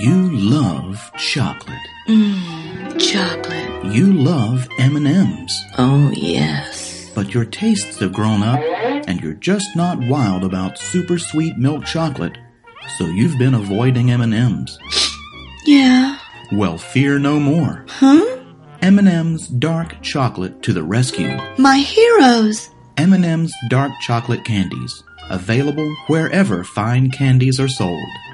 You love chocolate. Mmm, chocolate. You love M&Ms. Oh, yes. But your tastes have grown up and you're just not wild about super sweet milk chocolate. So you've been avoiding M&Ms. Yeah. Well, fear no more. Huh? M&M's dark chocolate to the rescue. My heroes. M&M's dark chocolate candies, available wherever fine candies are sold.